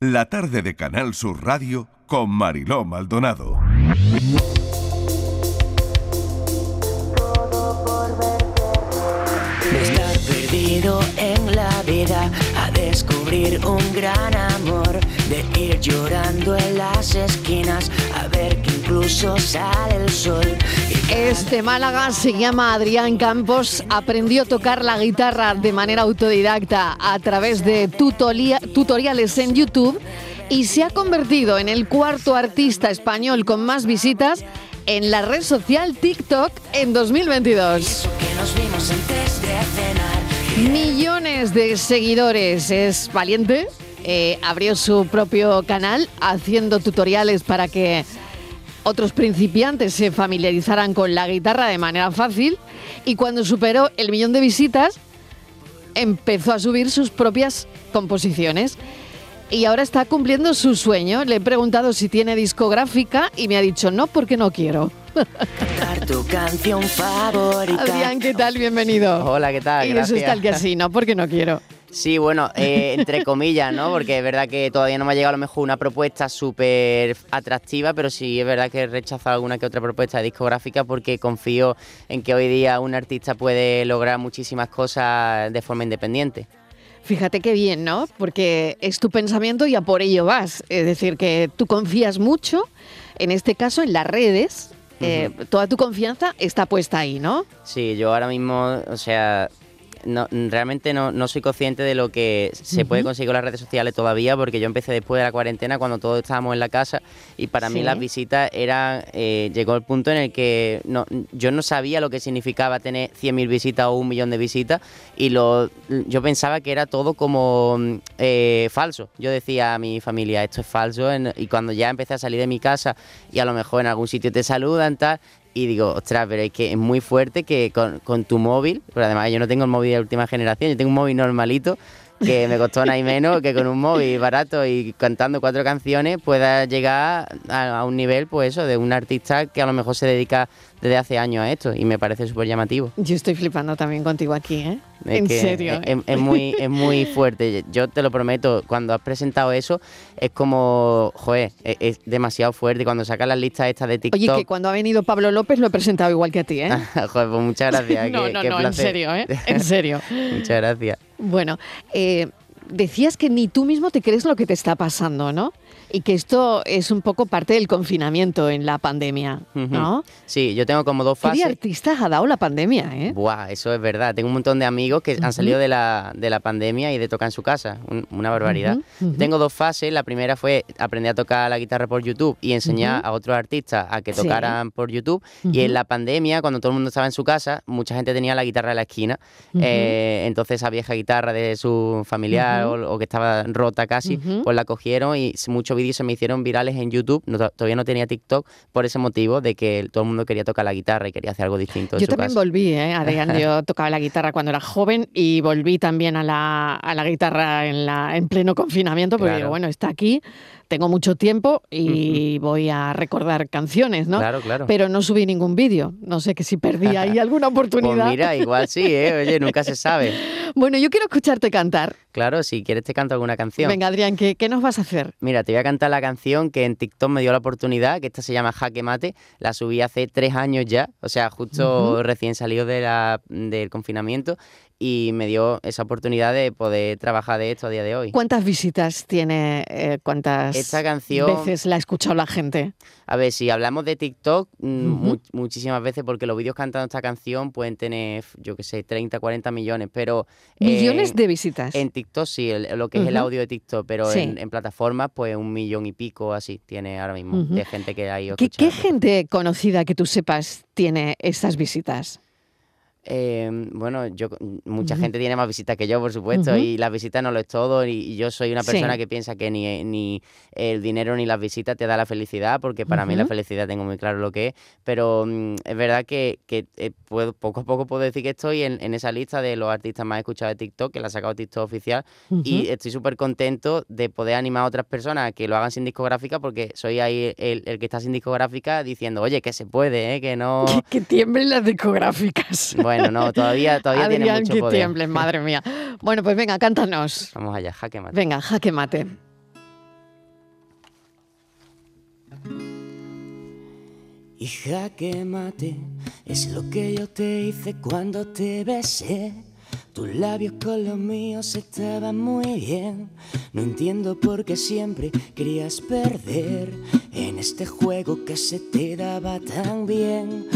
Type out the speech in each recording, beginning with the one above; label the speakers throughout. Speaker 1: La tarde de Canal Sur Radio con Mariló Maldonado.
Speaker 2: De estar perdido en la vida a descubrir un gran amor. De ir llorando en las esquinas a ver que incluso sale el sol.
Speaker 3: Este Málaga se llama Adrián Campos, aprendió a tocar la guitarra de manera autodidacta a través de tutoria- tutoriales en YouTube y se ha convertido en el cuarto artista español con más visitas en la red social TikTok en 2022.
Speaker 2: Que nos vimos antes de cenar.
Speaker 3: Millones de seguidores, es valiente. eh, abrió su propio canal haciendo tutoriales para que otros principiantes se familiarizaran con la guitarra de manera fácil. Y cuando superó el millón de visitas, empezó a subir sus propias composiciones. Y ahora está cumpliendo su sueño. Le he preguntado si tiene discográfica y me ha dicho no porque no quiero.
Speaker 2: Cantar tu canción favorita.
Speaker 3: Adrián, ¿qué tal? Bienvenido.
Speaker 4: Hola, ¿qué tal?
Speaker 3: Y de eso
Speaker 4: Gracias.
Speaker 3: está el que así, no porque no quiero.
Speaker 4: Sí, bueno, eh, entre comillas, ¿no? Porque es verdad que todavía no me ha llegado a lo mejor una propuesta súper atractiva, pero sí es verdad que he rechazado alguna que otra propuesta discográfica porque confío en que hoy día un artista puede lograr muchísimas cosas de forma independiente.
Speaker 3: Fíjate qué bien, ¿no? Porque es tu pensamiento y a por ello vas. Es decir, que tú confías mucho, en este caso en las redes, eh, toda tu confianza está puesta ahí, ¿no?
Speaker 4: Sí, yo ahora mismo, o sea, no, realmente no, no soy consciente de lo que se puede
Speaker 3: Ujú.
Speaker 4: conseguir con las redes sociales todavía, porque yo empecé después de la cuarentena cuando todos estábamos en la casa y para mí
Speaker 3: Sí.
Speaker 4: las visitas eran, eh, llegó el punto en el que no, yo no sabía lo que significaba tener 100.000 visitas o un millón de visitas y lo, yo pensaba que era todo como mm, eh, falso. Yo decía a mi familia, esto es falso, en- y cuando ya empecé a salir de mi casa y a lo mejor en algún sitio te saludan, tal, y digo, ostras, pero es que es muy fuerte que con, con tu móvil, pero además yo no tengo el móvil de última generación, yo tengo un móvil normalito que me costó nada y menos que con un móvil barato y cantando cuatro canciones pueda llegar a, a un nivel, pues eso, de un artista que a lo mejor se dedica desde hace años a esto y me parece súper llamativo.
Speaker 3: Yo estoy flipando también contigo aquí, ¿eh?
Speaker 4: Es
Speaker 3: en
Speaker 4: que
Speaker 3: serio. ¿eh?
Speaker 4: Es, es muy, es muy fuerte. Yo te lo prometo, cuando has presentado eso, es como, joder, es, es demasiado fuerte. Cuando sacas las listas estas de TikTok.
Speaker 3: Oye, que cuando ha venido Pablo López lo he presentado igual que a ti, ¿eh?
Speaker 4: joder, pues muchas gracias.
Speaker 3: no,
Speaker 4: qué-
Speaker 3: no,
Speaker 4: qué
Speaker 3: no, en
Speaker 4: placer.
Speaker 3: serio, ¿eh? En serio.
Speaker 4: muchas gracias.
Speaker 3: Bueno, eh, decías que ni tú mismo te crees lo que te está pasando, ¿no? Y que esto es un poco parte del confinamiento en la pandemia,
Speaker 4: Ujú.
Speaker 3: ¿no?
Speaker 4: Sí, yo tengo como dos
Speaker 3: ¿Qué de
Speaker 4: fases.
Speaker 3: artistas ha dado la pandemia, eh?
Speaker 4: Buah, eso es verdad. Tengo un montón de amigos que han salido de la, de la pandemia y de tocar en su casa. Un- una barbaridad.
Speaker 3: Ujú, ujú.
Speaker 4: Tengo dos fases. La primera fue aprender a tocar la guitarra por YouTube y enseñar a otros artistas a que
Speaker 3: Sí.
Speaker 4: tocaran por YouTube. Y en la pandemia, cuando todo el mundo estaba en su casa, mucha gente tenía la guitarra en la esquina. Eh, entonces esa vieja guitarra de su familiar o, o que estaba rota casi,
Speaker 3: Ujú.
Speaker 4: pues la cogieron y s- muchos vídeos se me hicieron virales en YouTube. No, to- todavía no tenía TikTok por ese motivo de que todo el mundo quería tocar la guitarra y quería hacer algo distinto. en
Speaker 3: Yo
Speaker 4: su
Speaker 3: también
Speaker 4: casa.
Speaker 3: volví, ¿eh? Adrián, yo tocaba la guitarra cuando era joven y volví también a la, a la guitarra en, la, en pleno confinamiento, porque
Speaker 4: Claro.
Speaker 3: digo, bueno, está aquí, tengo mucho tiempo y voy a recordar canciones, ¿no?
Speaker 4: Claro, claro.
Speaker 3: Pero no subí ningún vídeo, no sé que si perdí ahí alguna oportunidad.
Speaker 4: Pues mira, igual sí, ¿eh? Oye, nunca se sabe.
Speaker 3: Bueno, yo quiero escucharte cantar.
Speaker 4: Claro, si quieres te canto alguna canción.
Speaker 3: Venga, Adrián, ¿qué, qué nos vas a hacer?
Speaker 4: Mira, te voy a cantar la canción que en TikTok me dio la oportunidad, que esta se llama Jaque Mate. La subí hace tres años ya, o sea, justo recién salido de la- del confinamiento y me dio esa oportunidad de poder trabajar de esto a día de hoy.
Speaker 3: ¿Cuántas visitas tiene, eh, cuántas
Speaker 4: Esta canción-
Speaker 3: veces la ha escuchado la gente?
Speaker 4: A ver, si hablamos de TikTok, mm,
Speaker 3: Ujú.
Speaker 4: mu- muchísimas veces, porque los vídeos cantando esta canción pueden tener, yo qué sé, 30, 40 millones, pero... eh,
Speaker 3: Millones de visitas.
Speaker 4: En TikTok sí, el- lo que es el
Speaker 3: Ujú.
Speaker 4: audio de TikTok, pero
Speaker 3: Sí.
Speaker 4: en, en plataformas pues un millón y pico así tiene ahora mismo
Speaker 3: Ujú.
Speaker 4: de gente que hay
Speaker 3: ¿Qué, qué gente conocida que tú sepas tiene estas visitas?
Speaker 4: Em, bueno, yo mucha
Speaker 3: Ujú.
Speaker 4: gente tiene más visitas que yo, por supuesto,
Speaker 3: Ujú.
Speaker 4: y las visitas no lo es todo. Y, y yo soy una
Speaker 3: Sí.
Speaker 4: persona que piensa que ni, ni el dinero ni las visitas te da la felicidad, porque para mí la
Speaker 3: Ujú.
Speaker 4: felicidad tengo muy claro lo que es. Pero mm, es verdad que, que, eh, puedo, poco a poco puedo decir que estoy en, en esa lista de los artistas más escuchados de TikTok, que la ha sacado TikTok oficial, y estoy súper contento de poder animar a otras personas a que lo hagan sin discográfica porque soy ahí el, el que está sin discográfica diciendo, oye, que se puede, ¿eh? que no...
Speaker 3: Que, que tiemblen las discográficas.
Speaker 4: Bueno, no, todavía, todavía tiene
Speaker 3: Adrián,
Speaker 4: mucho
Speaker 3: que
Speaker 4: poder.
Speaker 3: tiemblen, madre mía. Bueno, pues venga, cántanos.
Speaker 4: Vamos allá, jaque mate.
Speaker 3: Venga, jaque mate.
Speaker 2: Hija que mate, es lo que yo te hice cuando te besé. Tus labios con los míos estaban muy bien. No entiendo por qué siempre querías perder en este juego que se te daba tan bien.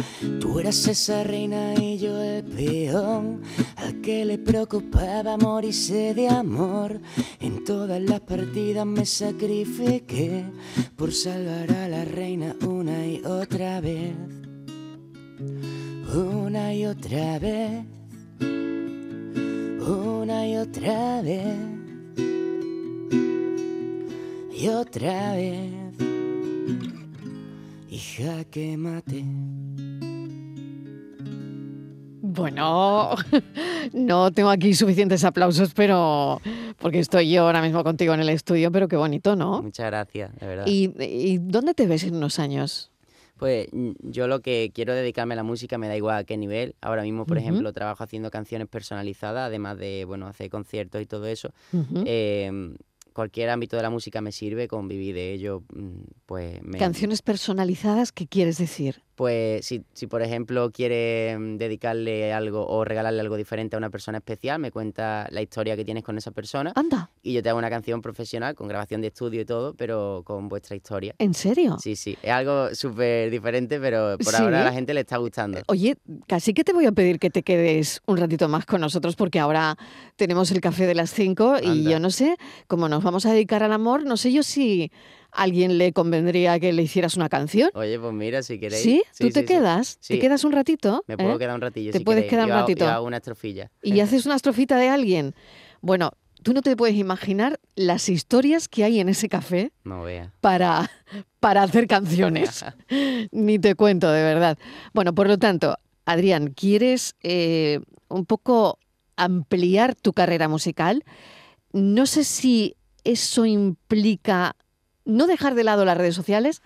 Speaker 2: Tú eras esa reina y yo el peón al que le preocupaba morirse de amor. En todas las partidas me sacrifiqué por salvar a la reina una y otra vez. Una y otra vez una y otra vez y otra vez hija que mate
Speaker 3: Bueno, no tengo aquí suficientes aplausos, pero porque estoy yo ahora mismo contigo en el estudio, pero qué bonito, ¿no?
Speaker 4: Muchas gracias, de verdad.
Speaker 3: ¿Y, y dónde te ves en unos años?
Speaker 4: Pues mm, yo lo que quiero dedicarme a la música me da igual a qué nivel. Ahora mismo, por ejemplo, trabajo haciendo canciones personalizadas, además de, bueno, hacer conciertos y todo eso.
Speaker 3: Ujú.
Speaker 4: Eh, cualquier ámbito de la música me sirve, convivir de ello, mm, pues me...
Speaker 3: Canciones personalizadas, ¿qué quieres decir?
Speaker 4: Pues si, si, por ejemplo quieres mm, dedicarle algo o regalarle algo diferente a una persona especial, me cuenta la historia que tienes con esa persona
Speaker 3: Anda,
Speaker 4: y yo te hago una canción profesional con grabación de estudio y todo, pero con vuestra historia.
Speaker 3: ¿en serio?
Speaker 4: Sí, sí, es algo súper diferente, pero por
Speaker 3: Ah. Sí.
Speaker 4: ahora a la gente le está gustando.
Speaker 3: Oye, casi que te voy a pedir que te quedes un ratito más con nosotros porque ahora tenemos el café de las 5 y
Speaker 4: Anda.
Speaker 3: yo no sé, como nos vamos a dedicar al amor, no sé yo si a alguien le convendría que le hicieras una canción.
Speaker 4: Oye, pues mira, si queréis.
Speaker 3: ¿Sí? ¿Tú te
Speaker 4: sí.
Speaker 3: quedas? ¿Te
Speaker 4: Sí.
Speaker 3: quedas un ratito?
Speaker 4: Me
Speaker 3: ¿Eh?
Speaker 4: puedo quedar un ratillo.
Speaker 3: Te
Speaker 4: si
Speaker 3: puedes
Speaker 4: queréis.
Speaker 3: quedar
Speaker 4: Yo
Speaker 3: un
Speaker 4: hago- yo
Speaker 3: ratito.
Speaker 4: hago una estrofilla.
Speaker 3: y haces una estrofita de alguien. Bueno, tú no te puedes imaginar las historias que hay en ese café
Speaker 4: No vea.
Speaker 3: para, para hacer canciones. Ni te cuento, de verdad. Bueno, por lo tanto, Adrián, ¿quieres eh, un poco ampliar tu carrera musical? No sé si eso implica no dejar de lado las redes sociales,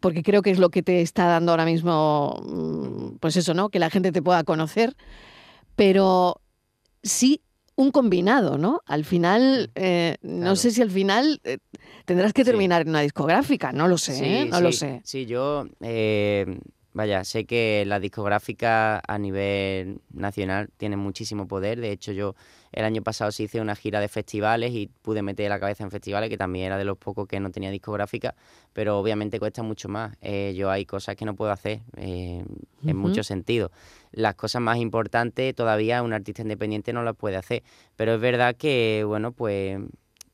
Speaker 3: porque creo que es lo que te está dando ahora mismo, mm, pues eso, ¿no? Que la gente te pueda conocer, pero sí un combinado, ¿no? Al final, eh, no
Speaker 4: claro.
Speaker 3: sé si al final eh, tendrás que
Speaker 4: Sí.
Speaker 3: terminar en una discográfica, no lo sé, ¿eh? no lo
Speaker 4: sí.
Speaker 3: sé.
Speaker 4: Sí, yo, eh, vaya, sé que la discográfica a nivel nacional tiene muchísimo poder. De hecho, yo el año pasado sí hice una gira de festivales y pude meter la cabeza en festivales, que también era de los pocos que no tenía discográfica, pero obviamente cuesta mucho más. Eh, yo hay cosas que no puedo hacer eh,
Speaker 3: Ujú.
Speaker 4: en muchos sentidos. Las cosas más importantes todavía un artista independiente no las puede hacer. Pero es verdad que, bueno, pues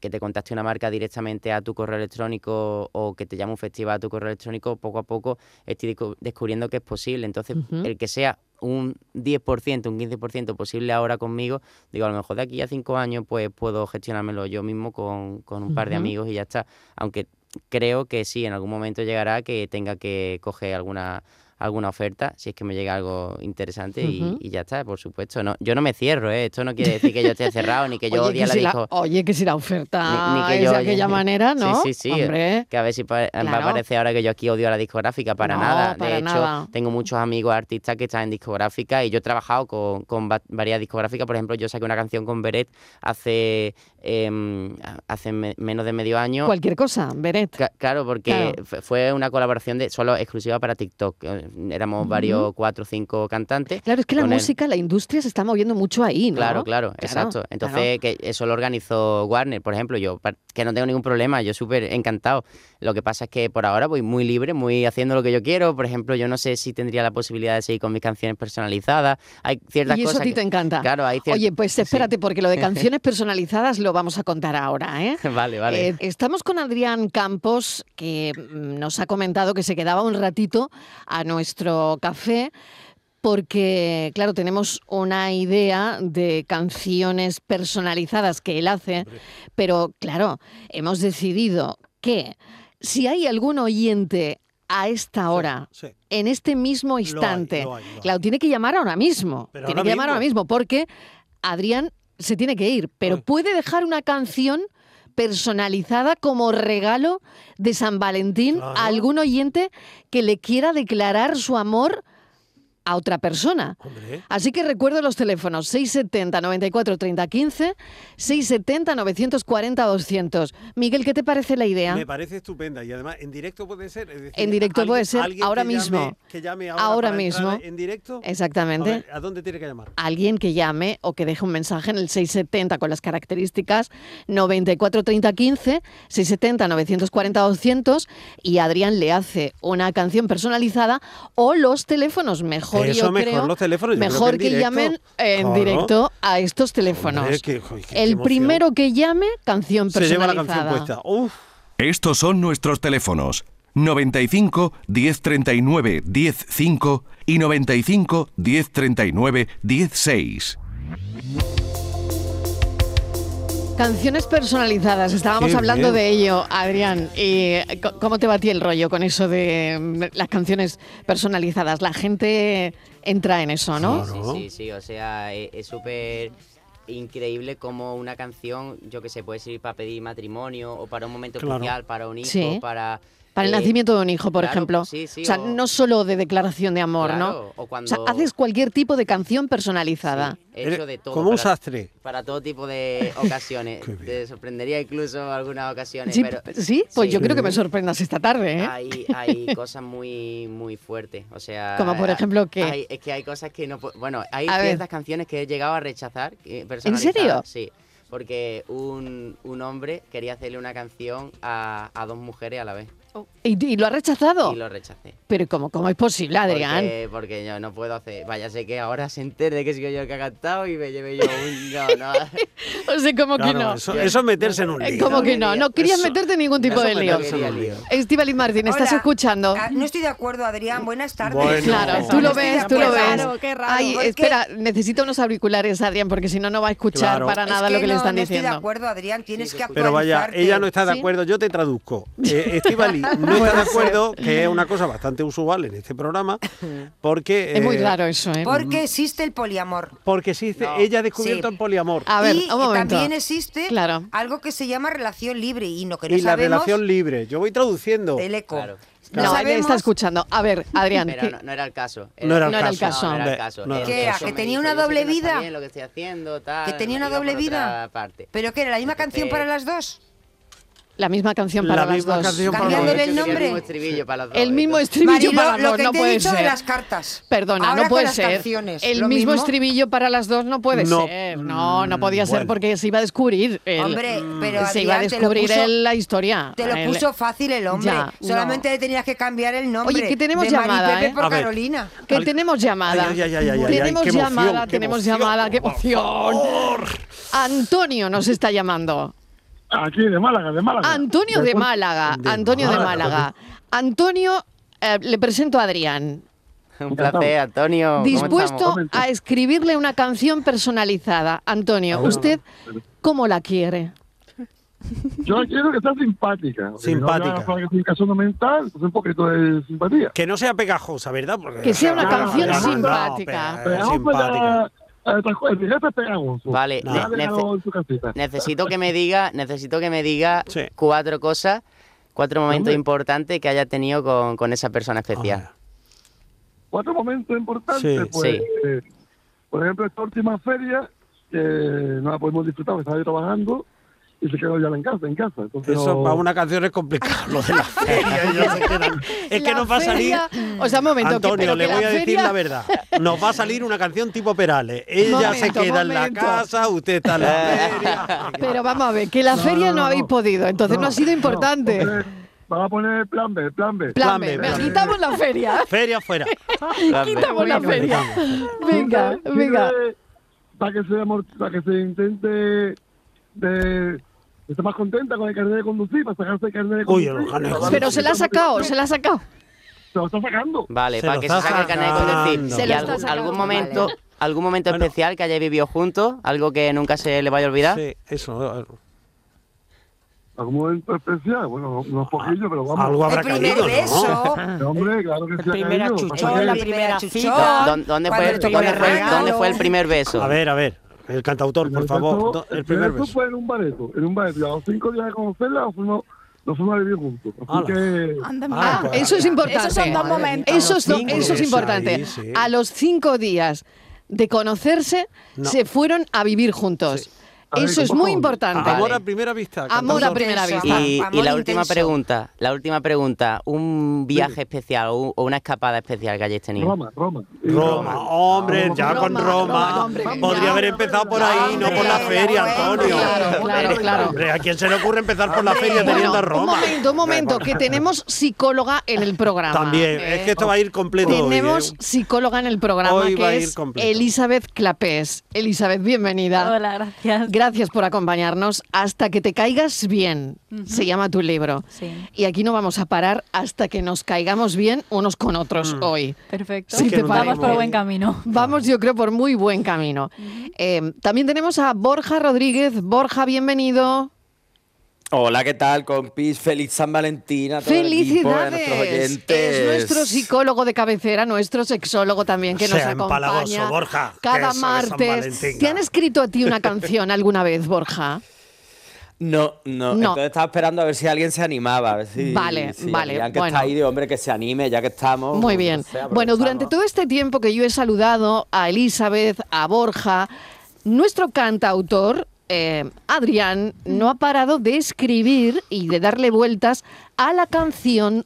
Speaker 4: que te contacte una marca directamente a tu correo electrónico o que te llame un festival a tu correo electrónico, poco a poco estoy descu- descubriendo que es posible. Entonces,
Speaker 3: Ujú.
Speaker 4: el que sea un 10%, un 15% posible ahora conmigo, digo, a lo mejor de aquí a cinco años, pues puedo gestionármelo yo mismo con, con un par de
Speaker 3: Ujú.
Speaker 4: amigos y ya está. Aunque creo que sí, en algún momento llegará que tenga que coger alguna alguna oferta, si es que me llega algo interesante y-
Speaker 3: Ujú.
Speaker 4: y, ya está, por supuesto. No, yo no me cierro, ¿eh? esto no quiere decir que yo esté cerrado ni que yo odie
Speaker 3: que
Speaker 4: la
Speaker 3: si
Speaker 4: disco.
Speaker 3: oye, que si la oferta
Speaker 4: Ni- ni que
Speaker 3: es
Speaker 4: yo-
Speaker 3: de aquella manera,
Speaker 4: Sí,
Speaker 3: ¿no?
Speaker 4: sí, sí.
Speaker 3: Hombre,
Speaker 4: Que a ver si pa- va
Speaker 3: Claro.
Speaker 4: a parecer ahora que yo aquí odio a la discográfica, para
Speaker 3: No,
Speaker 4: nada.
Speaker 3: para
Speaker 4: de hecho,
Speaker 3: nada.
Speaker 4: tengo muchos amigos artistas que están en discográfica y yo he trabajado con, con va- varias discográficas. Por ejemplo, yo saqué una canción con Beret hace, em, hace me- menos de medio año.
Speaker 3: cualquier cosa, Beret.
Speaker 4: Ca- Claro, porque
Speaker 3: Claro.
Speaker 4: f- fue una colaboración de solo exclusiva para TikTok. Eh, Éramos
Speaker 3: Ujú.
Speaker 4: varios, cuatro o cinco cantantes.
Speaker 3: Claro, es que la
Speaker 4: con él.
Speaker 3: música, la industria se está moviendo mucho ahí, ¿no?
Speaker 4: Claro, claro, exacto.
Speaker 3: claro.
Speaker 4: Entonces, que eso lo organizó Warner, por ejemplo, yo, par- que no tengo ningún problema, yo súper encantado. Lo que pasa es que por ahora voy muy libre, muy haciendo lo que yo quiero. Por ejemplo, yo no sé si tendría la posibilidad de seguir con mis canciones personalizadas. Hay ciertas
Speaker 3: Y eso
Speaker 4: cosas
Speaker 3: a ti
Speaker 4: que-
Speaker 3: te encanta.
Speaker 4: Claro, hay cier-
Speaker 3: Oye, pues
Speaker 4: sí.
Speaker 3: espérate, porque lo de canciones personalizadas lo vamos a contar ahora, ¿eh?
Speaker 4: Vale, vale.
Speaker 3: Eh, estamos con Adrián Campos, que mm, nos ha comentado que se quedaba un ratito a nuestro café, porque, claro, tenemos una idea de canciones personalizadas que él hace, pero, claro, hemos decidido que si hay algún oyente a esta hora,
Speaker 5: Sí, sí.
Speaker 3: en este mismo
Speaker 5: hay,
Speaker 3: instante,
Speaker 5: lo hay, lo hay.
Speaker 3: claro, tiene que llamar ahora mismo.
Speaker 5: Pero
Speaker 3: tiene
Speaker 5: ahora
Speaker 3: que llamar
Speaker 5: mismo.
Speaker 3: ahora mismo, porque Adrián se tiene que ir, pero
Speaker 5: Ay.
Speaker 3: puede dejar una canción personalizada como regalo de San Valentín
Speaker 5: Claro.
Speaker 3: a algún oyente que le quiera declarar su amor a otra persona.
Speaker 5: Hombre.
Speaker 3: Así que recuerdo los teléfonos 670 94 30 15, 670 940 200. Miguel, ¿qué te parece la idea?
Speaker 5: Me parece estupenda y además en directo puede ser. es decir,
Speaker 3: En directo
Speaker 5: alguien-
Speaker 3: puede ser
Speaker 5: alguien
Speaker 3: ahora
Speaker 5: que
Speaker 3: mismo.
Speaker 5: llame- que llame ahora.
Speaker 3: Ahora
Speaker 5: para entrar
Speaker 3: mismo.
Speaker 5: En directo.
Speaker 3: Exactamente.
Speaker 5: A, ver, ¿a dónde tiene que llamar?
Speaker 3: alguien que llame o que deje un mensaje en el 670 con las características 943015, 670 940 200 y Adrián le hace una canción personalizada o los teléfonos, mejor
Speaker 5: Eso
Speaker 3: yo
Speaker 5: mejor,
Speaker 3: creo,
Speaker 5: los teléfonos, yo creo
Speaker 3: mejor
Speaker 5: que en
Speaker 3: que,
Speaker 5: directo.
Speaker 3: llamen eh, en
Speaker 5: Claro.
Speaker 3: directo a estos teléfonos.
Speaker 5: Hombre, qué- joder, qué- qué
Speaker 3: el
Speaker 5: emoción.
Speaker 3: primero que llame, canción
Speaker 5: Se lleva
Speaker 3: personalizada.
Speaker 5: la canción puesta. Uf.
Speaker 1: Estos son nuestros teléfonos. 95 1039 105 y 95 1039 106.
Speaker 3: Canciones personalizadas, estábamos
Speaker 5: Qué
Speaker 3: hablando
Speaker 5: bien.
Speaker 3: de ello, Adrián. ¿Y co- cómo te va a ti el rollo con eso de mm, las canciones personalizadas? La gente entra en eso, ¿no?
Speaker 5: Claro.
Speaker 4: Sí, sí, sí, o sea, e- es súper increíble como una canción, yo que sé, puede servir para pedir matrimonio o para un momento
Speaker 5: Claro.
Speaker 4: especial, para un hijo,
Speaker 3: Sí.
Speaker 4: para...
Speaker 3: Para el
Speaker 4: eh,
Speaker 3: nacimiento de un hijo, por
Speaker 4: claro,
Speaker 3: ejemplo.
Speaker 4: sí, sí,
Speaker 3: o sea,
Speaker 4: o-
Speaker 3: no solo de declaración de amor,
Speaker 4: claro,
Speaker 3: ¿no?
Speaker 4: O cuando...
Speaker 3: O sea, haces cualquier tipo de canción personalizada.
Speaker 4: sí, he hecho de todo.
Speaker 5: Como un
Speaker 4: para-
Speaker 5: sastre.
Speaker 4: Para todo tipo de ocasiones.
Speaker 5: Qué bien.
Speaker 4: Te sorprendería incluso algunas ocasiones.
Speaker 3: Sí,
Speaker 4: pero,
Speaker 3: sí, pues yo
Speaker 4: sí.
Speaker 3: creo que me sorprendas esta tarde, ¿eh?
Speaker 4: Hay, hay cosas muy, muy fuertes. O sea.
Speaker 3: Como por ejemplo, ¿qué?
Speaker 4: hay- es que hay cosas que no. pu- Bueno, hay
Speaker 3: A ver.
Speaker 4: ciertas canciones que he llegado a rechazar. eh, personalizadas,
Speaker 3: serio?
Speaker 4: Sí. Porque un, un hombre quería hacerle una canción a, a dos mujeres a la vez.
Speaker 3: ¿Y, y lo has rechazado?
Speaker 4: Y lo rechacé.
Speaker 3: Pero ¿cómo, ¿cómo es posible, Oh. Adrián?
Speaker 4: Porque, porque yo no puedo hacer. Vaya, sé que ahora se entere que soy yo el que ha cantado y me lleve yo un. No, no.
Speaker 3: O sea, ¿cómo que
Speaker 5: Claro,
Speaker 3: no?
Speaker 5: eso, eso es meterse en un
Speaker 3: Eh,
Speaker 5: lío.
Speaker 3: ¿Cómo que no? No querías
Speaker 5: Eso-
Speaker 3: meterte en ningún tipo
Speaker 5: eso
Speaker 3: de lío.
Speaker 5: meterse en un lío.
Speaker 3: Estivaliz Martín, ¿estás
Speaker 6: Hola.
Speaker 3: escuchando?
Speaker 6: Ah, no estoy de acuerdo, Adrián. Buenas tardes.
Speaker 5: Bueno.
Speaker 3: Claro,
Speaker 5: No.
Speaker 3: tú lo
Speaker 6: Estoy de
Speaker 3: ves, tú lo
Speaker 6: acuerdo.
Speaker 3: ves.
Speaker 6: Claro, qué raro.
Speaker 3: Ay,
Speaker 6: Porque-
Speaker 3: espera, necesita unos auriculares, Adrián, porque si no, no va a escuchar
Speaker 5: Claro.
Speaker 3: para
Speaker 6: Es
Speaker 3: nada lo que le
Speaker 6: no-
Speaker 3: están
Speaker 6: no
Speaker 3: diciendo.
Speaker 6: estoy de acuerdo, Adrián. Tienes que actualizarte.
Speaker 5: Pero vaya, ella no está de
Speaker 3: Sí.
Speaker 5: acuerdo, yo te traduzco. Eh, Estivali no está de acuerdo, que es una cosa bastante usual en este programa, porque...
Speaker 3: Es muy
Speaker 5: eh,
Speaker 3: raro eso, ¿eh?
Speaker 6: Porque existe el poliamor.
Speaker 5: Porque sí, dice, ella ha descubierto
Speaker 6: Sí.
Speaker 5: el poliamor.
Speaker 3: A ver,
Speaker 6: y
Speaker 3: un momento.
Speaker 6: también existe
Speaker 3: Claro.
Speaker 6: algo que se llama relación libre y no que no
Speaker 5: y la
Speaker 6: sabemos
Speaker 5: relación libre. Yo voy traduciendo.
Speaker 6: el eco.
Speaker 4: Claro.
Speaker 3: No,
Speaker 6: No
Speaker 3: él está
Speaker 6: sabemos
Speaker 3: escuchando. A ver, Adrián,
Speaker 4: Pero
Speaker 3: ¿qué-
Speaker 4: no, no era el caso.
Speaker 5: No era el
Speaker 3: caso.
Speaker 4: No, no era
Speaker 5: Hombre,
Speaker 4: el caso.
Speaker 5: no era el
Speaker 6: ¿Qué
Speaker 4: Eso
Speaker 6: era? ¿Que
Speaker 4: me
Speaker 6: tenía
Speaker 4: dice,
Speaker 6: una
Speaker 4: yo sé
Speaker 6: doble
Speaker 4: que no está
Speaker 6: vida?
Speaker 4: bien lo que estoy haciendo, tal,
Speaker 6: que tenía
Speaker 4: me
Speaker 6: una
Speaker 4: iba
Speaker 6: doble
Speaker 4: por otra
Speaker 6: vida.
Speaker 4: parte.
Speaker 6: Pero que era la misma
Speaker 4: Entonces,
Speaker 6: canción para las dos.
Speaker 3: la misma canción
Speaker 5: La
Speaker 3: para las
Speaker 5: misma
Speaker 3: dos.
Speaker 5: canción para
Speaker 6: Cambiándole
Speaker 5: los
Speaker 6: el
Speaker 5: dos.
Speaker 4: Yo quería
Speaker 6: nombre.
Speaker 4: El mismo estribillo para las dos, ¿eh?
Speaker 3: El mismo
Speaker 4: entonces-
Speaker 3: estribillo
Speaker 6: Marilo,
Speaker 3: para las
Speaker 6: lo
Speaker 3: dos
Speaker 6: que
Speaker 3: no
Speaker 6: te
Speaker 3: puede
Speaker 6: he dicho
Speaker 3: ser.
Speaker 6: de las cartas.
Speaker 3: Perdona,
Speaker 6: Ahora
Speaker 3: no puede
Speaker 6: con las
Speaker 3: ser.
Speaker 6: Canciones,
Speaker 3: el
Speaker 6: ¿lo
Speaker 3: mismo estribillo para las dos no puede
Speaker 5: No. Mm,
Speaker 3: ser. No, no podía ser
Speaker 5: Bueno.
Speaker 3: porque se iba a descubrir. el-
Speaker 6: Hombre, pero
Speaker 3: se iba a
Speaker 6: Adrián, te lo
Speaker 3: descubrir
Speaker 6: puso-
Speaker 3: el- la historia.
Speaker 6: Te lo
Speaker 3: El-
Speaker 6: puso fácil el hombre.
Speaker 3: Ya, no.
Speaker 6: Solamente le tenías que cambiar el nombre.
Speaker 3: Oye, que tenemos
Speaker 6: de Mari
Speaker 3: llamada,
Speaker 6: Pepe
Speaker 3: ¿eh?
Speaker 6: por
Speaker 5: A ver.
Speaker 6: Carolina.
Speaker 3: Que
Speaker 5: Al-
Speaker 3: tenemos llamada.
Speaker 5: Ay, ay, ay, ay, ay, ay,
Speaker 3: tenemos
Speaker 5: qué emoción,
Speaker 3: llamada,
Speaker 5: qué
Speaker 3: tenemos
Speaker 5: emoción,
Speaker 3: llamada, qué
Speaker 5: por
Speaker 3: emoción. Antonio nos está llamando.
Speaker 7: Aquí, de Málaga, de Málaga.
Speaker 3: Antonio de Málaga,
Speaker 5: de
Speaker 3: Antonio de
Speaker 5: Málaga.
Speaker 3: Málaga. Antonio, eh, le presento a Adrián,
Speaker 4: Un placer, Antonio. Oh, ¿cómo
Speaker 3: dispuesto
Speaker 4: estamos?
Speaker 3: a escribirle una canción personalizada.
Speaker 4: Ah,
Speaker 3: Antonio, ¿usted cómo la quiere?
Speaker 7: Yo quiero que sea simpática. porque
Speaker 5: Simpática.
Speaker 7: No haga falsificación mental, pues un poquito de simpatía.
Speaker 5: Que no sea pegajosa, ¿verdad? Porque-
Speaker 3: Que sea una
Speaker 5: No,
Speaker 3: canción
Speaker 5: no,
Speaker 3: simpática.
Speaker 5: no, pega-
Speaker 7: Pegamos
Speaker 5: Ah, simpática.
Speaker 7: para... pues A tu el jefe pegamos. pues.
Speaker 4: Vale,
Speaker 7: Ya
Speaker 4: ne-
Speaker 7: déjalo
Speaker 4: nece-
Speaker 7: en su casita.
Speaker 4: necesito que me diga, necesito que me diga
Speaker 5: Sí.
Speaker 4: cuatro cosas, cuatro momentos
Speaker 7: Hombre.
Speaker 4: importantes que haya tenido con, con esa persona especial.
Speaker 5: Hombre.
Speaker 7: Cuatro momentos importantes,
Speaker 5: Sí,
Speaker 7: pues...
Speaker 4: sí.
Speaker 7: eh, por ejemplo, esta última feria, que no la pudimos disfrutar, porque estaba yo trabajando y se quedó ya en casa, en casa. Entonces,
Speaker 5: Eso
Speaker 7: no-
Speaker 5: para una canción es complicado, lo de la feria. ellos se quedan- Es que
Speaker 3: La
Speaker 5: nos va a salir...
Speaker 3: feria- O sea, un momento. que-
Speaker 5: Antonio,
Speaker 3: pero
Speaker 5: le
Speaker 3: que
Speaker 5: voy a decir
Speaker 3: feria-
Speaker 5: la verdad. Nos va a salir una canción tipo Perales. Ella se
Speaker 3: Momento,
Speaker 5: queda en
Speaker 3: momento.
Speaker 5: la casa, usted está en la feria.
Speaker 3: Pero vamos a ver, que la feria no,
Speaker 7: no, no.
Speaker 3: habéis podido, entonces no, ha sido importante.
Speaker 7: Vamos a poner- Vamos a poner el plan B, el plan B.
Speaker 3: Plan
Speaker 5: Plan
Speaker 3: B,
Speaker 5: B,
Speaker 3: venga,
Speaker 5: plan B.
Speaker 3: quitamos la feria.
Speaker 5: Feria fuera.
Speaker 3: Quitamos la feria. Venga,
Speaker 7: Sirve-
Speaker 3: venga.
Speaker 7: sirve Para que, se, amor- para que se intente de estar más contenta con el carnet de conducir, para sacarse el carnet de
Speaker 5: Uy,
Speaker 7: conducir.
Speaker 5: el carnet de conducir.
Speaker 3: Pero se la ha sacado, se la ha sacado.
Speaker 7: Se lo está sacando.
Speaker 4: Vale,
Speaker 5: Se
Speaker 4: para
Speaker 5: lo
Speaker 4: que se
Speaker 5: está
Speaker 4: saque el carnet de conducir.
Speaker 5: sacando.
Speaker 3: Se
Speaker 4: ¿Y
Speaker 3: lo
Speaker 4: algún,
Speaker 3: está sacando,
Speaker 4: algún momento,
Speaker 3: vale.
Speaker 4: algún momento
Speaker 5: Bueno.
Speaker 4: especial que hayáis vivido juntos? ¿Algo que nunca se le vaya a olvidar?
Speaker 5: Sí, eso.
Speaker 7: Algún momento especial, bueno, unos poquillos, pero vamos.
Speaker 5: Ah, Algo habrá
Speaker 6: El primer
Speaker 5: caído, ¿no?
Speaker 6: beso.
Speaker 7: Sí, Hombre, claro que sí. ha
Speaker 8: primera
Speaker 7: caído.
Speaker 8: chuchona,
Speaker 7: Pasa
Speaker 6: el
Speaker 8: la
Speaker 7: que-
Speaker 8: primera
Speaker 6: primer
Speaker 8: cita.
Speaker 6: chuchón,
Speaker 4: ¿Dó- ¿Dónde,
Speaker 6: cuando
Speaker 4: fue,
Speaker 6: le
Speaker 4: el-
Speaker 6: tocó
Speaker 4: dónde
Speaker 6: el
Speaker 4: fue-
Speaker 6: regalo.
Speaker 4: dónde fue el primer beso?
Speaker 5: eh. A ver, a ver. El cantautor, por
Speaker 7: el
Speaker 5: favor.
Speaker 7: beso-
Speaker 5: do- El primer beso.
Speaker 7: fue en un bareto, en un bareto. Y A los cinco días de conocerla, fuimos Nos fuimos a vivir juntos. Así
Speaker 5: Ala.
Speaker 7: que.
Speaker 8: Anda,
Speaker 5: Ah,
Speaker 8: mira.
Speaker 3: Ah, eso es importante.
Speaker 8: Esos son dos
Speaker 5: Madre
Speaker 8: momentos.
Speaker 5: mía.
Speaker 3: Eso es, do-
Speaker 5: Cinco
Speaker 3: eso es
Speaker 5: días
Speaker 3: importante.
Speaker 5: ahí, sí.
Speaker 3: A los cinco días de conocerse,
Speaker 5: No.
Speaker 3: se fueron a vivir juntos.
Speaker 7: A ver,
Speaker 3: Eso es
Speaker 7: ¿cómo?
Speaker 3: muy importante.
Speaker 5: Amor
Speaker 4: Vale.
Speaker 5: a primera vista.
Speaker 3: Amor a
Speaker 5: cantando.
Speaker 3: primera
Speaker 6: Intenso.
Speaker 3: vista.
Speaker 4: Y,
Speaker 6: Amor
Speaker 4: y la última
Speaker 6: intenso.
Speaker 4: pregunta, la última pregunta, un viaje especial o un- o una escapada especial que hayáis tenido.
Speaker 7: Roma, Roma.
Speaker 5: Roma, hombre, ya
Speaker 3: Roma,
Speaker 5: con Roma.
Speaker 3: Roma, hombre,
Speaker 5: Podría
Speaker 3: ya.
Speaker 5: haber empezado por ahí, no por la
Speaker 6: Hombre,
Speaker 5: feria,
Speaker 6: bueno,
Speaker 5: Antonio.
Speaker 3: claro, claro, claro.
Speaker 5: Hombre, ¿a quién se le ocurre empezar por la
Speaker 6: Hombre,
Speaker 5: feria teniendo a
Speaker 3: un
Speaker 5: Roma?
Speaker 3: momento, un momento, que tenemos psicóloga en el programa.
Speaker 5: También, es que esto va a ir completo. hoy,
Speaker 3: Tenemos
Speaker 5: ¿eh?
Speaker 3: psicóloga en el programa
Speaker 5: Hoy va a
Speaker 3: que
Speaker 5: ir
Speaker 3: es
Speaker 5: completo.
Speaker 3: Elizabeth Clapés. Elizabeth, bienvenida.
Speaker 8: Hola, gracias.
Speaker 3: Gracias por acompañarnos. Hasta que te caigas bien, se llama tu libro.
Speaker 8: Sí.
Speaker 3: Y aquí no vamos a parar hasta que nos caigamos bien unos con otros hoy.
Speaker 8: Perfecto.
Speaker 3: Sí,
Speaker 5: que te no
Speaker 8: Vamos
Speaker 5: parece.
Speaker 8: por buen camino.
Speaker 3: Vamos, yo creo, por muy buen camino. Eh, también tenemos a Borja Rodríguez. Borja, bienvenido.
Speaker 9: Hola, ¿qué tal, compis? Feliz San Valentín a todo el equipo, a nuestros
Speaker 3: ¡Felicidades!
Speaker 9: oyentes.
Speaker 3: Es nuestro psicólogo de cabecera, nuestro sexólogo también que nos
Speaker 5: Sea empalagoso,
Speaker 3: acompaña
Speaker 5: Borja, que eso
Speaker 3: cada
Speaker 5: de San
Speaker 3: martes.
Speaker 5: Valentín.
Speaker 3: ¿Te han escrito a ti una canción alguna vez, Borja?
Speaker 9: No, no,
Speaker 3: No.
Speaker 9: Entonces estaba esperando a ver si alguien se animaba, a ver si.
Speaker 3: Vale,
Speaker 9: si
Speaker 3: vale,
Speaker 9: Adrián, que
Speaker 3: bueno.
Speaker 9: está ahí de hombre que se anime, ya que estamos. pues,
Speaker 3: Muy
Speaker 9: no
Speaker 3: bien.
Speaker 9: sé,
Speaker 3: Bueno, durante
Speaker 9: aprovechamos.
Speaker 3: todo este tiempo que yo he saludado a Elizabeth, a Borja, nuestro cantautor, eh, Adrián, no ha parado de escribir y de darle vueltas a la canción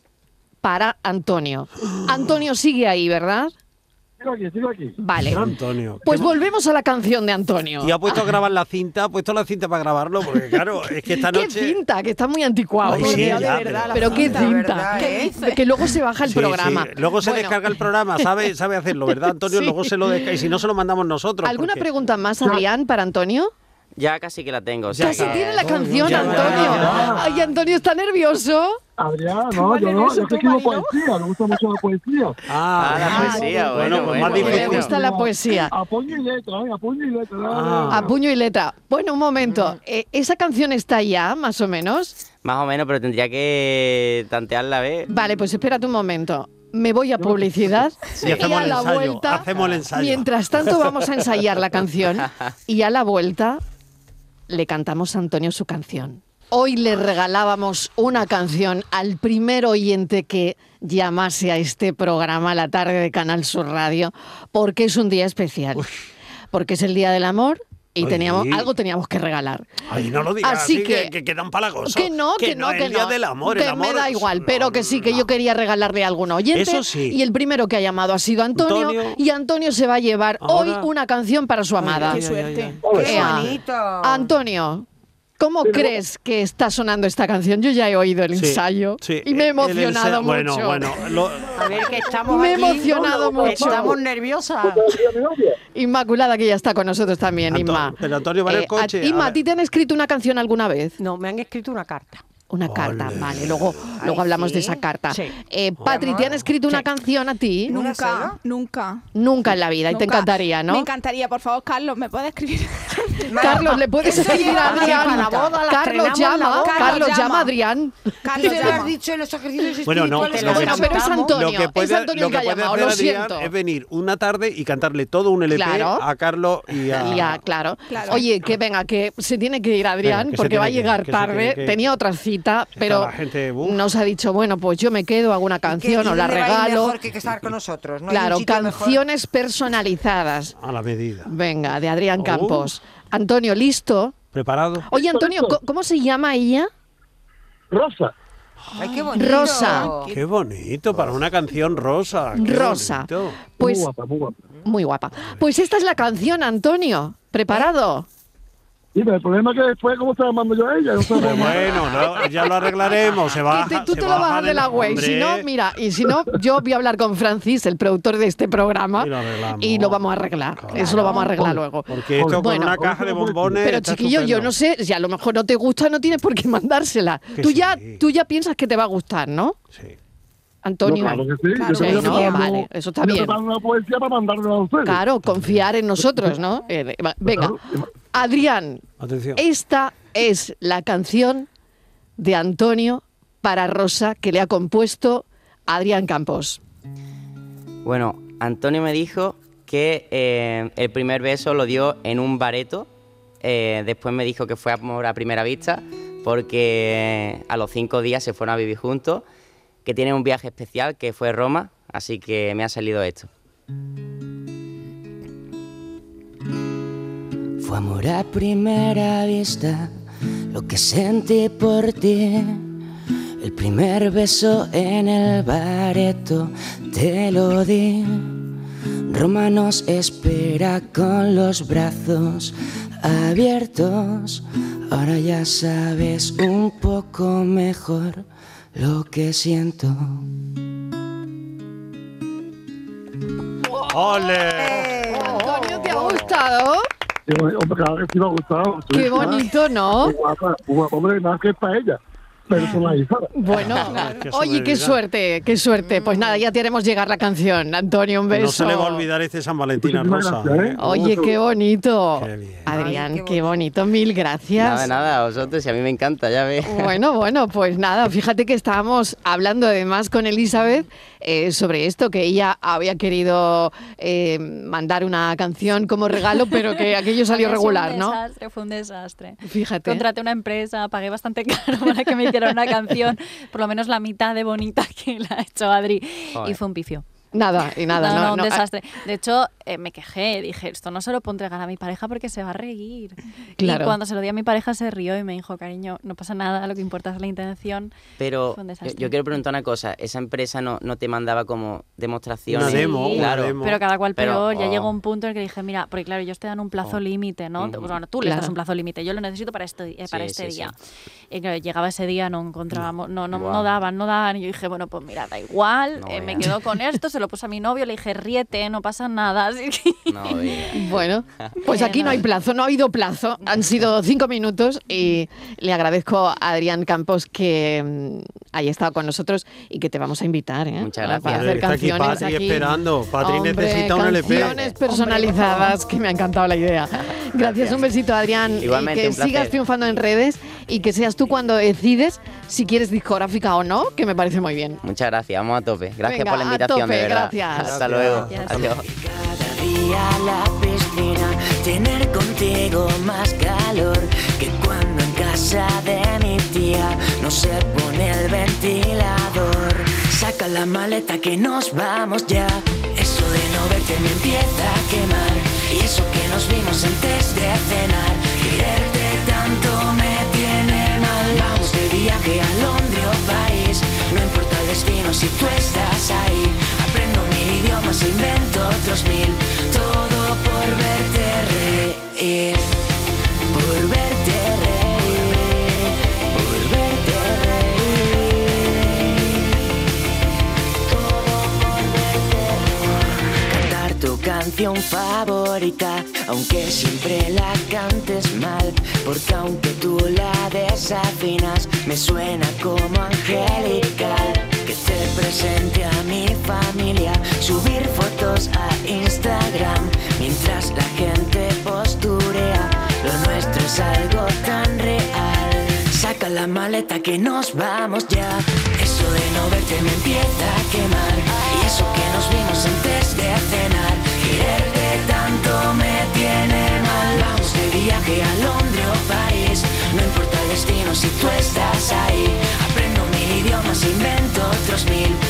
Speaker 3: para Antonio. Antonio sigue ahí, ¿verdad?
Speaker 7: Sigo aquí, sigo aquí.
Speaker 3: Vale.
Speaker 5: Antonio.
Speaker 3: Pues volvemos a la canción de Antonio.
Speaker 5: Y ha puesto a grabar la cinta, ha puesto la cinta para grabarlo, porque claro, es que esta
Speaker 3: ¡Qué
Speaker 5: noche.
Speaker 3: cinta! Que está muy anticuado.
Speaker 5: Ay,
Speaker 3: por
Speaker 5: sí,
Speaker 3: Dios,
Speaker 5: ya,
Speaker 3: de verdad.
Speaker 5: pero-
Speaker 3: Pero, qué
Speaker 6: La
Speaker 3: cinta.
Speaker 6: verdad, ¿eh?
Speaker 3: Que luego se baja el
Speaker 5: Sí,
Speaker 3: programa.
Speaker 5: sí. Luego se
Speaker 3: Bueno,
Speaker 5: descarga el programa, sabe, sabe hacerlo, ¿verdad, Antonio?
Speaker 3: Sí.
Speaker 5: Luego se lo descarga. Y si no, se lo mandamos nosotros.
Speaker 3: ¿Alguna
Speaker 5: porque-
Speaker 3: pregunta más, Adrián, para Antonio?
Speaker 4: Ya casi que la tengo. o sea
Speaker 3: Casi
Speaker 4: que-
Speaker 3: tiene la canción,
Speaker 5: ya, ya,
Speaker 3: Antonio.
Speaker 5: ya.
Speaker 3: Ay, Antonio está nervioso.
Speaker 7: Adrián, no, yo no, yo es que escribo poesía, me gusta mucho la poesía.
Speaker 5: Ah,
Speaker 4: Ah, la
Speaker 5: bueno.
Speaker 4: poesía, bueno,
Speaker 5: pues más
Speaker 4: bueno,
Speaker 5: difícil.
Speaker 3: bueno. Me gusta la poesía.
Speaker 7: A puño y letra, eh, a puño y letra.
Speaker 5: Ah. Mm.
Speaker 3: A puño y letra. Bueno, un momento. Eh, ¿Esa canción está ya, más o menos?
Speaker 4: Más o menos, pero tendría que tantearla, ¿ves?
Speaker 3: Vale, pues espérate un momento. Me voy a publicidad
Speaker 5: Y
Speaker 3: y
Speaker 5: hacemos
Speaker 3: a
Speaker 5: el
Speaker 3: la
Speaker 5: ensayo,
Speaker 3: vuelta.
Speaker 5: hacemos el ensayo.
Speaker 3: Mientras tanto, vamos a ensayar la canción y a la vuelta le cantamos a Antonio su canción. Hoy le regalábamos una canción al primer oyente que llamase a este programa la tarde de Canal Sur Radio, porque es un día especial. Porque es el Día del Amor y
Speaker 5: Ay.
Speaker 3: teníamos algo teníamos que regalar.
Speaker 5: Ay, no lo digas.
Speaker 3: Así
Speaker 5: Así que,
Speaker 3: que-
Speaker 5: que quedan palagosos.
Speaker 3: Que no, que, no,
Speaker 5: el
Speaker 3: que
Speaker 5: día
Speaker 3: no.
Speaker 5: del amor,
Speaker 3: que
Speaker 5: el amor
Speaker 3: me da
Speaker 5: es-
Speaker 3: igual,
Speaker 5: no,
Speaker 3: pero que sí, que
Speaker 5: no.
Speaker 3: yo quería regalarle a algún oyente.
Speaker 5: Eso sí.
Speaker 3: Y el primero que ha llamado ha sido Antonio,
Speaker 5: Antonio.
Speaker 3: y Antonio se va a llevar hoy
Speaker 5: Ahora-
Speaker 3: una canción para su amada.
Speaker 5: Ay, ay, ay, ay.
Speaker 6: Qué
Speaker 3: Ea.
Speaker 6: bonito.
Speaker 3: Antonio, ¿cómo crees que está sonando esta canción? Yo ya he oído el
Speaker 5: Sí,
Speaker 3: ensayo
Speaker 5: sí,
Speaker 3: y me he
Speaker 5: el
Speaker 3: emocionado
Speaker 5: ensa-
Speaker 3: mucho.
Speaker 5: Bueno, bueno. lo-
Speaker 10: A ver, que estamos
Speaker 3: Me he
Speaker 10: aquí.
Speaker 3: emocionado mucho.
Speaker 10: Estamos nerviosas.
Speaker 3: Inmaculada, que ya está con nosotros también,
Speaker 5: Anto-
Speaker 3: Inma.
Speaker 5: pero Antonio va en el
Speaker 3: a-
Speaker 5: coche,
Speaker 3: Inma,
Speaker 5: a
Speaker 3: ¿a ti te han escrito una canción alguna vez?
Speaker 10: No, me han escrito una carta.
Speaker 3: Una carta, vale. Luego, luego
Speaker 10: Ay,
Speaker 3: hablamos de
Speaker 10: sí.
Speaker 3: esa carta.
Speaker 10: Sí.
Speaker 3: Eh, Patri, ¿te han escrito una canción a ti?
Speaker 6: ¿Una sola?
Speaker 8: Nunca, nunca.
Speaker 3: Nunca en la vida, y te
Speaker 8: nunca.
Speaker 3: encantaría,
Speaker 8: Me
Speaker 3: ¿no?
Speaker 8: encantaría, por favor, Carlos, ¿me puedes escribir?
Speaker 3: Carlos, ¿le puedes
Speaker 8: Eso
Speaker 3: escribir a
Speaker 8: lleva-
Speaker 3: Adrián?
Speaker 10: para la boda, la
Speaker 3: Carlos
Speaker 10: estrenamos en la
Speaker 3: llama,
Speaker 10: boda.
Speaker 3: Carlos
Speaker 8: Carlos
Speaker 3: llama a
Speaker 8: llama.
Speaker 3: Adrián.
Speaker 6: Carlos,
Speaker 8: Carlos,
Speaker 6: ya lo has
Speaker 8: llama.
Speaker 6: dicho en los ejercicios
Speaker 5: Bueno, no,
Speaker 6: espirituales
Speaker 10: no,
Speaker 6: que
Speaker 10: bueno,
Speaker 3: Bueno,
Speaker 6: hacemos.
Speaker 3: pero es
Speaker 10: cantamos.
Speaker 3: Antonio,
Speaker 5: lo que puede,
Speaker 3: es Antonio
Speaker 5: lo
Speaker 3: el
Speaker 5: que
Speaker 3: que ha
Speaker 5: puede
Speaker 3: llamado,
Speaker 5: hacer
Speaker 3: lo
Speaker 5: Adrián
Speaker 3: siento.
Speaker 5: es venir una tarde y cantarle todo un LP
Speaker 3: Claro.
Speaker 5: a Carlos y a.
Speaker 3: Y ya, claro.
Speaker 8: Claro.
Speaker 3: Oye, que venga, que se tiene que ir Adrián
Speaker 5: Venga, que se
Speaker 3: porque va a
Speaker 5: tiene que
Speaker 3: llegar
Speaker 5: ir, que se
Speaker 3: tarde.
Speaker 5: tiene que-
Speaker 3: Tenía otra cita, pero
Speaker 5: la gente, uh. uf.
Speaker 3: nos ha dicho, bueno, pues yo me quedo, hago una canción o la regalo.
Speaker 6: mejor que que estar con nosotros. No hay un
Speaker 3: Claro,
Speaker 6: sitio mejor.
Speaker 3: canciones personalizadas.
Speaker 5: A la medida.
Speaker 3: Venga, de Adrián
Speaker 5: Oh.
Speaker 3: Campos. Antonio, ¿listo?
Speaker 5: ¿Preparado?
Speaker 3: Oye, Antonio, ¿co- ¿cómo se llama ella?
Speaker 7: Rosa.
Speaker 6: Ay, qué bonito.
Speaker 3: Rosa.
Speaker 5: Qué bonito, para una canción rosa. qué
Speaker 3: Rosa.
Speaker 5: bonito.
Speaker 7: Muy
Speaker 3: Pues
Speaker 7: guapa, muy guapa.
Speaker 3: muy guapa. Pues esta es la canción, Antonio. ¿Preparado?
Speaker 7: Sí, pero el problema es que después, ¿cómo estaba llamando yo a ella? No sé.
Speaker 5: Pero Pues bueno, no, ya lo arreglaremos. Se baja,
Speaker 3: Que te- tú
Speaker 5: Ah, se
Speaker 3: te lo bajas
Speaker 5: baja
Speaker 3: de la web.
Speaker 5: hombre.
Speaker 3: Si no, mira, y si no, yo voy a hablar con Francis, el productor de este programa,
Speaker 5: Y lo arreglamos.
Speaker 3: y lo vamos a arreglar.
Speaker 5: Claro.
Speaker 3: Eso lo vamos a arreglar luego.
Speaker 5: Porque esto con
Speaker 3: Bueno,
Speaker 5: una caja de bombones.
Speaker 3: Pero
Speaker 5: está
Speaker 3: chiquillo, yo
Speaker 5: estupendo.
Speaker 3: no sé, si a lo mejor no te gusta, no tienes por qué mandársela.
Speaker 5: Que
Speaker 3: Tú
Speaker 5: sí.
Speaker 3: ya, tú ya piensas que te va a gustar, ¿no,
Speaker 5: Sí.
Speaker 3: Antonio?
Speaker 7: No, claro que sí.
Speaker 8: Claro,
Speaker 7: yo tengo
Speaker 8: sí,
Speaker 7: que
Speaker 8: no,
Speaker 7: preparar
Speaker 3: vale,
Speaker 7: un-
Speaker 3: eso está
Speaker 7: tengo que
Speaker 3: bien.
Speaker 7: preparar una poesía para mandarla a ustedes.
Speaker 3: Claro, confiar en nosotros, ¿no? Eh, de- va- Venga, Adrián,
Speaker 5: Atención.
Speaker 3: esta es la canción de Antonio para Rosa que le ha compuesto Adrián Campos.
Speaker 4: Bueno, Antonio me dijo que eh, el primer beso lo dio en un bareto. eh, después me dijo que fue amor a primera vista. porque a los cinco días se fueron a vivir juntos, que tienen un viaje especial que fue Roma, así que me ha salido esto.
Speaker 2: Fue amor a primera vista lo que sentí por ti. El primer beso en el bareto te lo di. Roma nos espera con los brazos abiertos. Ahora ya sabes un poco mejor lo que siento.
Speaker 5: ¡Ole!
Speaker 3: Antonio, ¿te ha gustado?
Speaker 7: Digo, Hombre, claro que sí me ha gustado.
Speaker 3: Qué bonito, ¿no? Ah.
Speaker 7: Muy Guapa, muy guapa, hombre, más que para ella. Personalizada.
Speaker 3: Bueno,
Speaker 5: qué
Speaker 3: oye, qué
Speaker 5: solidaridad.
Speaker 3: suerte, qué suerte. Pues nada, ya te haremos llegar la canción. Antonio, un beso.
Speaker 5: No se le va a olvidar este San Valentín a
Speaker 7: Muchísimas
Speaker 5: Rosa.
Speaker 7: gracias, ¿eh?
Speaker 3: Oye, qué bonito.
Speaker 5: Qué bien.
Speaker 3: Adrián,
Speaker 6: Ay,
Speaker 3: qué,
Speaker 6: qué
Speaker 3: bonito. Mil gracias.
Speaker 4: Nada, nada, a vosotros y a mí me encanta, ya ves.
Speaker 8: Oh.
Speaker 3: Bueno, bueno, pues nada, fíjate que estábamos hablando además con Elizabeth eh, sobre esto, que ella había querido eh, mandar una canción como regalo, pero que aquello salió
Speaker 8: Había sido
Speaker 3: regular,
Speaker 8: un
Speaker 3: ¿no?
Speaker 8: desastre, fue un desastre.
Speaker 3: Fíjate.
Speaker 8: Contraté una empresa, pagué bastante caro para que me hicieran una canción, por lo menos la mitad de bonita que la ha hecho Adri. Y
Speaker 4: Joder.
Speaker 8: fue un pifio.
Speaker 3: Nada, y nada,
Speaker 8: no,
Speaker 3: no,
Speaker 8: no, un
Speaker 3: no. ah,
Speaker 8: desastre. De hecho, eh, me quejé, dije, esto no se lo puedo entregar a mi pareja porque se va a reír.
Speaker 3: Claro.
Speaker 8: Y cuando se lo di a mi pareja se rió y me dijo, cariño, no pasa nada, lo que importa es la intención.
Speaker 4: Pero
Speaker 8: Fue un
Speaker 4: yo- yo,
Speaker 8: desastre.
Speaker 4: quiero preguntar una cosa, esa empresa no, no te mandaba como demostraciones.
Speaker 5: Una demo, una
Speaker 4: claro.
Speaker 5: demo.
Speaker 8: Pero cada cual
Speaker 4: Pero,
Speaker 8: peor, ya
Speaker 4: oh. Mm.
Speaker 8: llegó un punto en el que dije, mira, porque claro, ellos te dan un plazo límite, ¿no? Te- Bueno, tú
Speaker 3: Claro.
Speaker 8: les das un plazo límite, yo lo necesito para este, eh, para
Speaker 4: Sí,
Speaker 8: este
Speaker 4: sí,
Speaker 8: día. Y claro, llegaba ese día, no encontrábamos, no, no, no
Speaker 4: Guau.
Speaker 8: daban, no daban. Y yo dije, bueno, pues mira, da igual,
Speaker 4: No
Speaker 8: eh, me
Speaker 4: veas.
Speaker 8: quedo con esto, se lo puse a mi novio, le dije, ríete, no pasa nada. Así que-
Speaker 4: No, veas.
Speaker 3: Bueno, pues aquí no hay plazo, no ha habido plazo, han sido cinco minutos y le agradezco a Adrián Campos que mm, haya estado con nosotros y que te vamos a invitar, ¿eh?
Speaker 4: Muchas gracias.
Speaker 3: Para
Speaker 5: Hombre,
Speaker 3: hacer
Speaker 5: está aquí
Speaker 3: canciones
Speaker 5: Patri
Speaker 3: aquí.
Speaker 5: esperando. Patri necesita un LP.
Speaker 3: canciones personalizadas, que me ha encantado la idea. Gracias, un besito Adrián,
Speaker 4: Igualmente,
Speaker 3: y que
Speaker 4: un placer.
Speaker 3: sigas triunfando en redes y que seas tú cuando decides si quieres discográfica o no, que me parece muy bien.
Speaker 4: Muchas gracias, vamos a tope. Gracias
Speaker 3: Venga,
Speaker 4: por la
Speaker 3: a
Speaker 4: invitación,
Speaker 3: tope,
Speaker 4: de verdad.
Speaker 3: gracias.
Speaker 4: Hasta luego.
Speaker 8: Gracias.
Speaker 4: Adiós.
Speaker 2: Cada día la piscina, tener contigo más calor que cuando en casa de mi tía no se pone el ventilador. Saca la maleta que nos vamos ya. Eso de no verte me empieza a quemar. Y eso que nos vimos antes de cenar. Quererte tanto me tiene mal. Vamos de viaje a Londres o París. No importa el destino si tú estás ahí. Aprendo mil idiomas, invento otros mil. Todo por verte reír. Por verte reír. Por verte reír. Todo por verte reír. Cantar tu canción favorita, aunque siempre la cantes mal, porque aunque tú la desafinas, me suena como angelical. Que te presente a mi familia, subir fotos a Instagram, mientras la gente posturea, lo nuestro es algo tan real. Saca la maleta que nos vamos ya, eso de no verte me empieza a quemar, y eso que nos vimos antes de cenar, quererte tanto me tiene mal. Vamos de viaje a Londres o París, no importa el destino si tú estás ahí. Aprendo mil idiomas, invento otros mil.